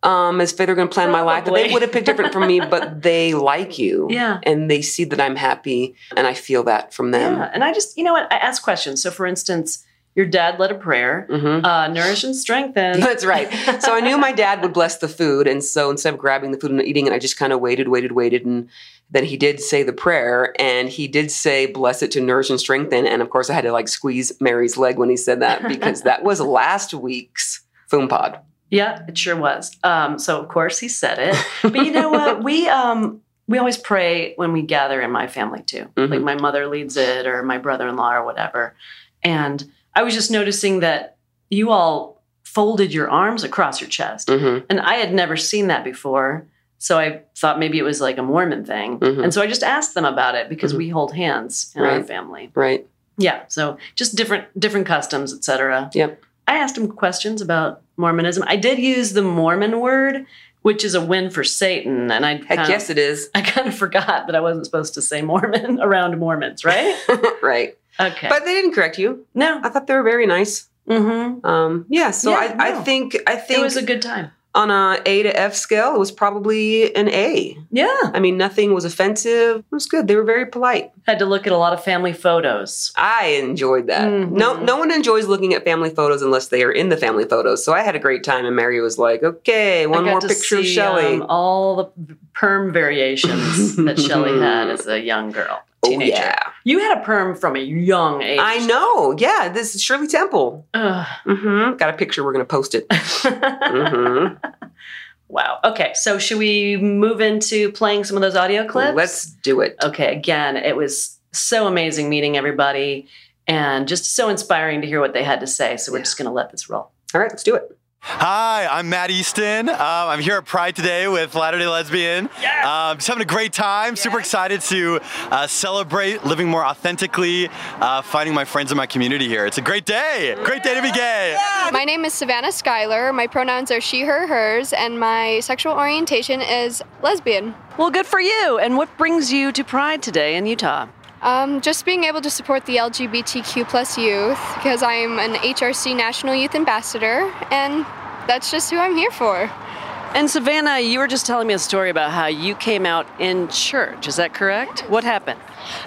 Um, as if they're going to plan my life, but they
Probably.
would have picked different from me,
[laughs]
but they like you.
Yeah.
And they see that I'm happy and I feel that from them.
Yeah, and I just, you know what? I ask questions. So, for instance, your dad led a prayer,
hmm
uh, nourish and strengthen.
That's right. So I knew my dad would bless the food. And so instead of grabbing the food and eating it, I just kind of waited, waited, waited. And then he did say the prayer and he did say, bless it to nourish and strengthen. And of course, I had to like squeeze Mary's leg when he said
[laughs]
that because that was last week's Foom Pod.
yeah, it sure was. Um, so, of course, he said it. But you know what? We um, we always pray when we gather in my family too.
Mhm.
Like my mother leads it, or my brother-in-law, or whatever. And I was just noticing that you all folded your arms across your chest.
Mm-hmm.
Mhm.
And I had never seen that before. So I thought maybe it was like a Mormon thing.
Mhm.
And so I just asked them about it because we hold hands in our
Mm-hmm. Right.
family.
Right.
Yeah. So just different different customs, et cetera.
Yep.
I asked them questions about Mormonism. I did use the Mormon word, which is a win for Satan. And I kind
Heck
of-
yes, it is.
[laughs] I kind of forgot that I wasn't supposed to say Mormon [laughs] around Mormons, right?
[laughs] right.
Okay.
But they didn't correct you.
no.
I thought they were very nice.
Mm-hmm.
Um, yeah. So
Yeah,
I,
no.
I think I
It
think
was a good time.
on a A to F scale, it was probably an A.
Yeah.
I mean, nothing was offensive. It was good. They were very polite.
Had to look at a lot of family photos.
I enjoyed that. No,
Mhm.
no one enjoys looking at family photos unless they are in the family photos. So I had a great time, and Mary was like, "Okay, one
I got
more
to
picture of
see,
Shelly."
um, all the perm variations that
[laughs]
Shelly had as a young girl,
Mm-hmm. oh
teenager.
yeah,
You had a perm from a young age.
I know. Yeah, this is Shirley Temple.
Ugh.
hmm Got a picture. We're gonna post
[laughs]
it. hmm
Wow. Okay. So should we move into playing some of those audio clips?
Let's do it.
Okay. Again, it was so amazing meeting everybody and just so inspiring to hear what they had to say. So we're just going to let this roll.
All right, let's do it.
Hi, I'm Matt Easton. Um, I'm here at Pride today with Latter Day Lesbian. Yes. Um, just having a great time. Super excited to uh, celebrate living more authentically, uh, finding my friends in my community here. It's a great day. Great day to be gay.
My name is Savannah Schuyler. My pronouns are she, her, hers, and my sexual orientation is lesbian.
Well, good for you. And what brings you to Pride today in Utah?
Um, just being able to support the LGBTQ plus youth because I'm an HRC National Youth Ambassador, and that's just who I'm here for.
And Savannah, you were just telling me a story about how you came out in church. Is that correct? What happened?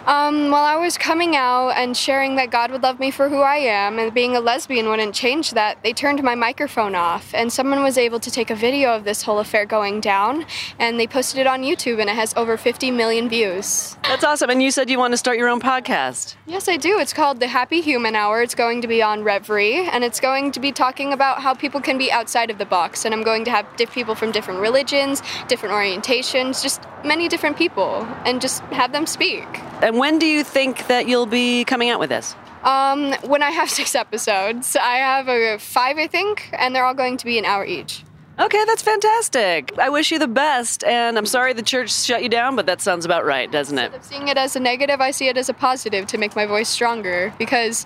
Um, while I was coming out and sharing that God would love me for who I am and being a lesbian wouldn't change that, they turned my microphone off. And someone was able to take a video of this whole affair going down and they posted it on YouTube and it has over 50 million views.
That's awesome. And you said you want to start your own podcast.
Yes, I do. It's called The Happy Human Hour. It's going to be on Reverie and it's going to be talking about how people can be outside of the box. And I'm going to have diff- people from different religions, different orientations, just many different people, and just have them speak.
And when do you think that you'll be coming out with this?
Um, when I have [laughs] six episodes, I have uh, five, I think, and they're all going to be an hour each.
Okay, that's fantastic. I wish you the best. And I'm sorry the church shut you down, but that sounds about right, doesn't it?
Instead of seeing it as a negative, I see it as a positive to make my voice stronger because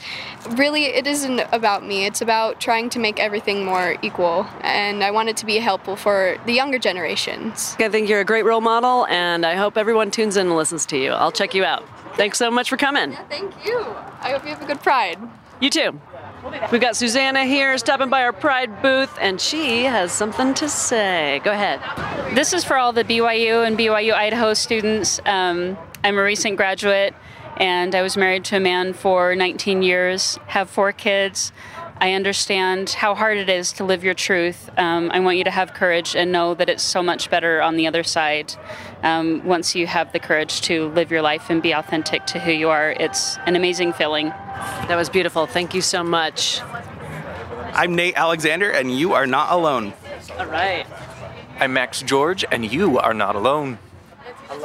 really it isn't about me. It's about trying to make everything more equal, and I want it to be helpful for the younger generations.
I think you're a great role model, and I hope everyone tunes in and listens to you. I'll check you out. Thanks so much for coming.
Thank you. I hope you have a good pride.
You too. We've got Susanna here stopping by our Pride booth, and she has something to say. Go ahead.
This is for all the BYU and BYU Idaho students. Um, I'm a recent graduate and I was married to a man for 19 years, have four kids. I understand how hard it is to live your truth. Um, I want you to have courage and know that it's so much better on the other side. Um, once you have the courage to live your life and be authentic to who you are, it's an amazing feeling.
That was beautiful. Thank you so much.
I'm Nate Alexander, and you are not alone.
All right.
I'm Max George, and you are not alone.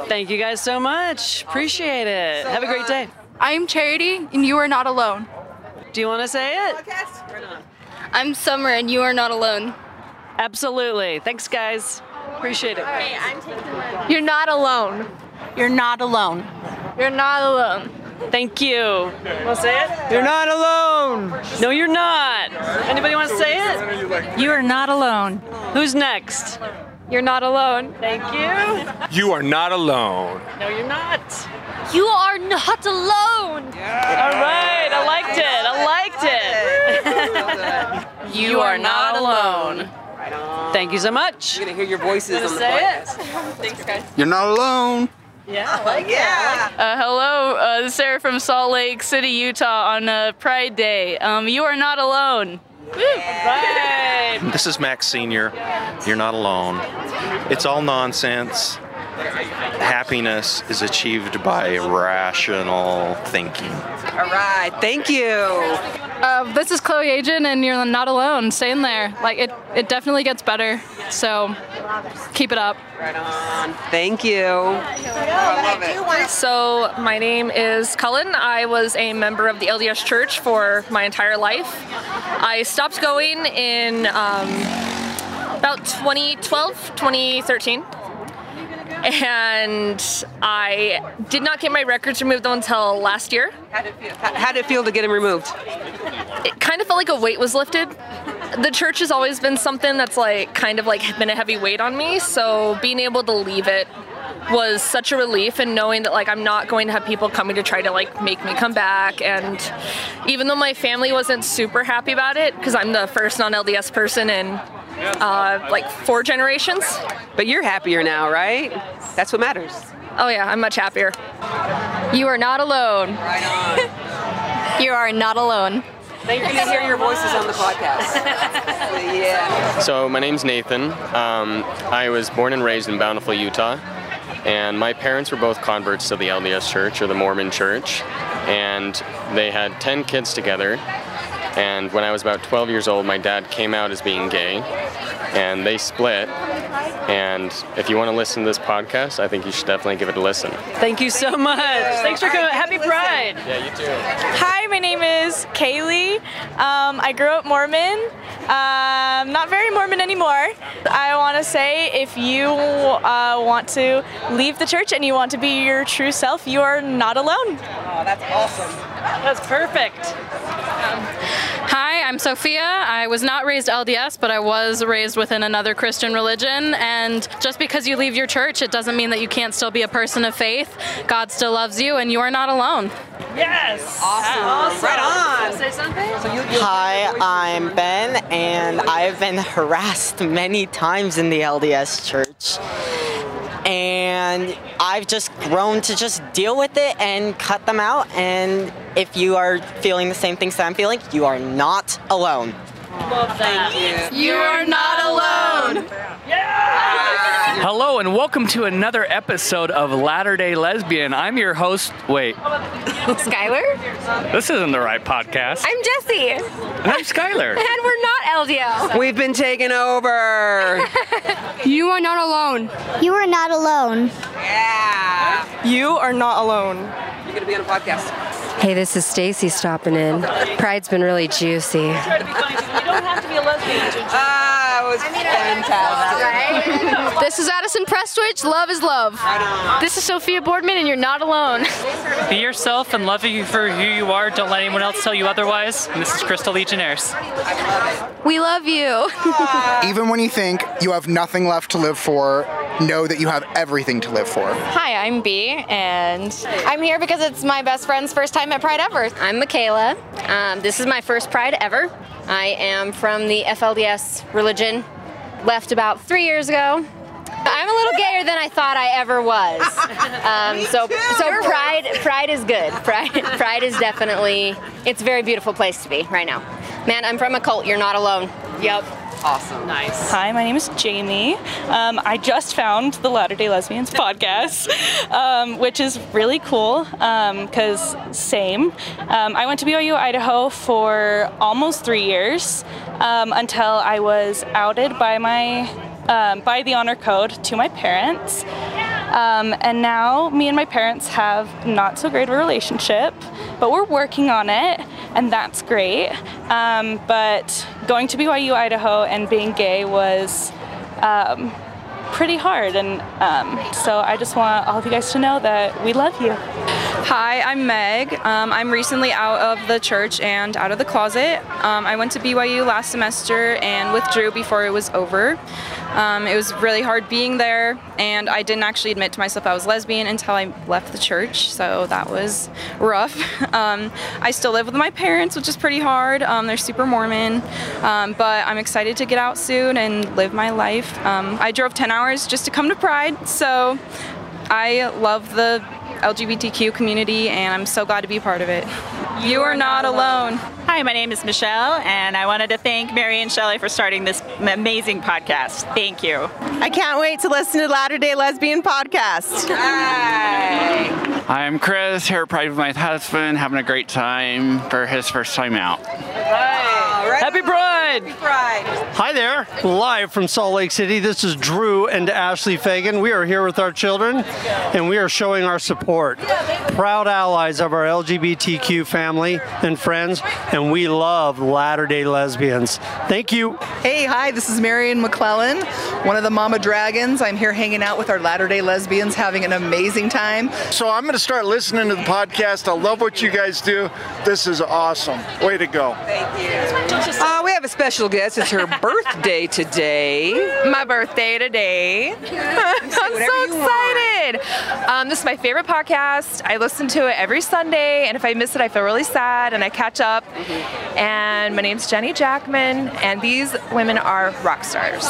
Thank you guys so much. Appreciate it. Have a great day.
I'm Charity, and you are not alone.
Do you want to say it?
I'm Summer, and you are not alone.
Absolutely. Thanks, guys. Appreciate it.
You're not alone.
You're not alone.
You're not alone.
Thank you. Want to say it? You're not alone. No, you're not. Anybody want to say it?
You are not alone.
Who's next?
You're not alone.
Thank you.
You are not alone.
No, you're not.
You are not alone.
All right, I liked it. I liked
[laughs]
it. [laughs] you are not alone. Thank you so much.
You're gonna hear your voices on the
é
Say
podcast.
it.
You're not alone.
Yeah, I like yeah.
Uh, hello, uh, this is Sarah from Salt Lake City, Utah, on uh, Pride Day. Um, you are not alone. This is Max Senior. You're not alone. It's all nonsense. Happiness is achieved by rational thinking.
All right, thank you.
Uh, this is Chloe Agent, and you're not alone. Stay in there. Like it, it definitely gets better. So keep it up.
Thank you.
So, my name is Cullen. I was a member of the LDS Church for my entire life. I stopped going in um, about 2012, 2013. And I did not get my records removed until last year.
How did it feel to get him removed?
It kind of felt like a weight was lifted.
the church has always been something that's like kind of like been a heavy weight on me. So being able to leave it was such a relief and knowing that like I'm not going to have people coming to try to like make me come back and even though my family wasn't super happy about it because I'm the first non-LDS person in uh, like four generations
but you're happier now right that's what matters
oh yeah I'm much happier
You are not alone. you are not alone.
now you're gonna hear your voices on the podcast [laughs] yeah
So my name's Nathan. Um, I was born and raised in Bountiful, Utah, and my parents were both converts to the LDS Church or the Mormon Church, and they had ten kids together. And when I was about 12 years old, my dad came out as being gay, and they split. And if you want to listen to this podcast, I think you should definitely give it a listen.
Thank you so much. Thanks for coming. Happy Pride.
Yeah, you too.
Hi, my name is Kaylee. Um, I grew up Mormon. Um, not very Mormon anymore. I want to say if you uh, want to leave the church and you want to be your true self, you are not alone. Oh, that's awesome. That's perfect.
Hi, I'm Sophia. I was not raised LDS, but I was raised within another Christian religion. And just because you leave your church, it doesn't mean that you can't still be a person of faith. God still loves you, and you are not alone.
Yes.
Awesome. Right on.
Say something.
Hi, I'm Ben, and I've been harassed many times in the LDS church. And I've just grown to just deal with it and cut them out. And if you are feeling the same things that I'm feeling, you are not alone.
Thank
You are not
alone.
Hello and welcome to another episode of Latter Day Lesbian. I'm your host. Wait,
Skylar?
this isn't the right podcast.
I'm Jesse.
And I'm Skylar.
[laughs]
And we're not LDL.
We've been
[laughs]
taken over.
you are not alone. You are not alone.
You are not alone.
You're gonna be on a podcast.
Hey, this is Stacy stopping in. Pride's been really juicy.
You don't have to be a lesbian to
Ah, it was fantastic.
[laughs]
this is Addison Prestwich. Love is love. This is Sophia Boardman, and you're not alone. [laughs]
Be yourself and love you for who you are. Don't let anyone else tell you otherwise. And this is Crystal Legionnaires.
we love you.
Even when you think you have nothing left to live for, know that you have everything to live for.
Hi, I'm B, and I'm here because it's my best friend's first time at Pride ever. I'm Michaela. Um, this is my first Pride ever. I am from the FLDS religion, left about three years ago. I'm a little gayer than I thought I ever [laughs] was. Um, so, so Pride, Pride is good. Pride, [laughs] Pride is definitely. It's a very beautiful place to be right now. Man, I'm from a cult. You're not alone. Yep.
Awesome. Nice.
Hi, my name is Jamie. Um, I just found the Latter day Lesbians podcast, um, which is really cool because, same. Um, I went to BYU Idaho for almost three years um, until I was outed by my um, by the honor code to my parents. Um, and now me and my parents have not so great of a relationship, but we're working on it, and that's great. Um, but going to BYU Idaho and being gay was um, pretty hard, and um, so I just want all of you guys to know that we love you.
Hi, I'm Meg. Um, I'm recently out of the church and out of the closet. Um, I went to BYU last semester and withdrew before it was over. Um, it was really hard being there, and I didn't actually admit to myself I was lesbian until I left the church, so that was rough. [laughs] Um, I still live with my parents, which is pretty hard. Um, they're super Mormon, um, but I'm excited to get out soon and live my life. Um, I drove 10 hours just to come to Pride, so I love the LGBTQ community and I'm so glad to be part of it. You are not alone.
Hi, my name is Michelle, and I wanted to thank Mary and Shelley for starting this m- amazing podcast. Thank you.
I can't wait to listen to Latter Day Lesbian podcast.
I'm Chris, here at Pride with my husband, having a great time for his first time out.
Happy Pride!
Hi there, live from Salt Lake City. This is Drew and Ashley Fagan. We are here with our children and we are showing our support. Proud allies of our LGBTQ family and friends, and we love Latter day lesbians. Thank you.
Hey, hi, this is Marion McClellan, one of the Mama Dragons. I'm here hanging out with our Latter day lesbians, having an amazing time.
So I'm going to start listening to the podcast. I love what you guys do. This is awesome. Way to go.
Uh, we have a
special guest. It's her birthday today.
My birthday today. [laughs] I'm so excited. Um, this is my favorite podcast. I listen to it every Sunday, and if I miss it, I feel really sad and I catch up.
Mm-hmm.
And my name's Jenny Jackman, and these women are rock stars.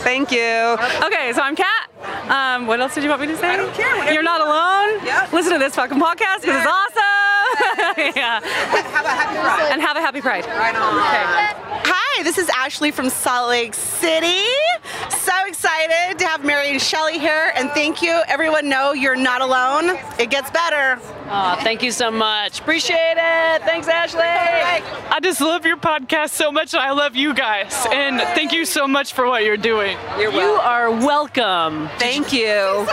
Thank you.
Okay, so I'm Kat.
Um, what else did you want me to say? I don't care. You're not alone. Listen to this fucking podcast because it's awesome. [laughs] yeah. Have a happy pride. And have a happy pride. Right on. Okay.
Hi, this is Ashley from Salt Lake City. So excited to have Mary and Shelley here, and thank you. Everyone know you're not alone. It gets better.
Aw, thank you so much. Appreciate it. Thanks, Ashley. I just love your podcast so much, and I love you guys. And thank you so much for what you're doing. You're You are welcome.
Thank you.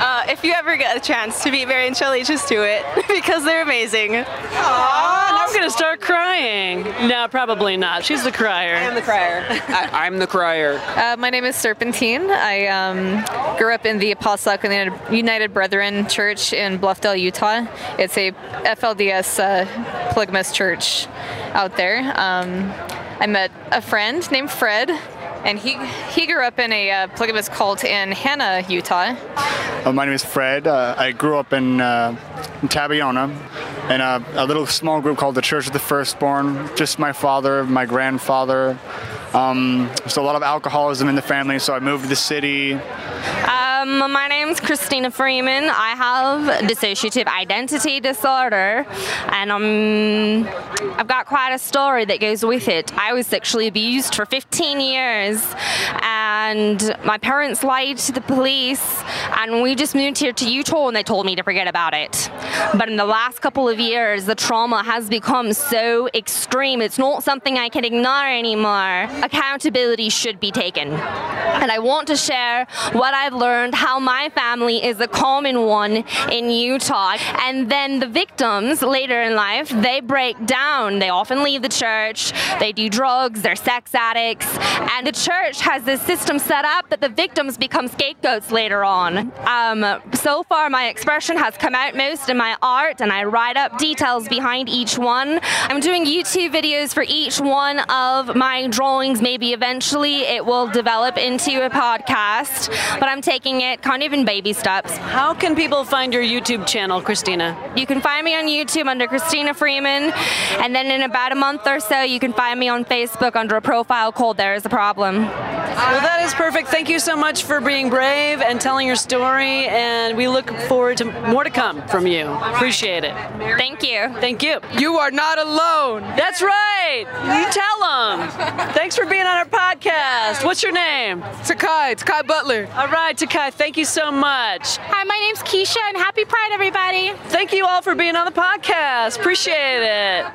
Uh, if you ever get a chance to meet Mary and Shelley, just do it [laughs] because they're amazing.
I'm gonna start crying. No, probably not. She's the crier. I am the crier.
I, I'm the crier.
Uh, my name is Serpentine. I um, grew up in the Apostolic United- United Brethren Church in Bluffdale, Utah. It's a FLDS uh, polygamous church out there. Um, I met a friend named Fred, and he he grew up in a uh, polygamous cult in Hannah, Utah.
Uh, my name is Fred. Uh, I grew up in, uh, in Tabiona in a, a little small group called the Church of the Firstborn. Just my father, my grandfather. Um, so a lot of alcoholism in the family, so I moved to the city.
Um, my name's Christina Freeman. I have dissociative identity disorder, and um, I've got quite a story that goes with it. I was sexually abused for 15 years, and my parents lied to the police, and we just moved here to Utah, and they told me to forget about it. But in the last couple of years, the trauma has become so extreme. It's not something I can ignore anymore. Accountability should be taken, and I want to share what I've learned how my family is a common one in Utah. And then the victims later in life, they break down. They often leave the church, they do drugs, they're sex addicts. And the church has this system set up that the victims become scapegoats later on. Um, so far, my expression has come out most in my art, and I write up details behind each one. I'm doing YouTube videos for each one of my drawings. Maybe eventually it will develop into a podcast, but I'm taking it kind of in baby steps.
How can people find your YouTube channel, Christina?
You can find me on YouTube under Christina Freeman, and then in about a month or so, you can find me on Facebook under a profile called There Is a Problem.
Well, that is perfect. Thank you so much for being brave and telling your story, and we look forward to more to come from you. Appreciate it.
Thank you.
Thank you.
You are not alone.
That's right. You tell them. Thanks for being on our podcast. What's your name?
Takai. Takai Butler.
All right, Takai. Thank you so much.
Hi, my name's Keisha, and happy Pride, everybody.
Thank you all for being on the podcast. Appreciate it.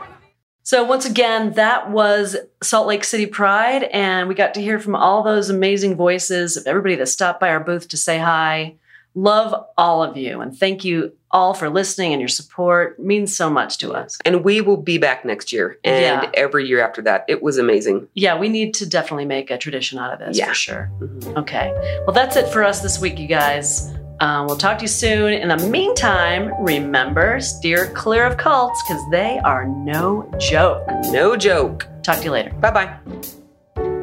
So, once again, that was Salt Lake City Pride, and we got to hear from all those amazing voices of everybody that stopped by our booth to say hi. Love all of you, and thank you all for listening and your support. It means so much to us.
And we will be back next year and
Yeah.
every year after that. It was amazing.
Yeah, we need to definitely make a tradition out of this
Yeah. Mm-hmm.
for sure. Okay. Well, that's it for us this week, you guys. Uh, we'll talk to you soon. In the meantime, remember, steer clear of cults because they are no joke.
No joke.
Talk to you later.
Bye bye.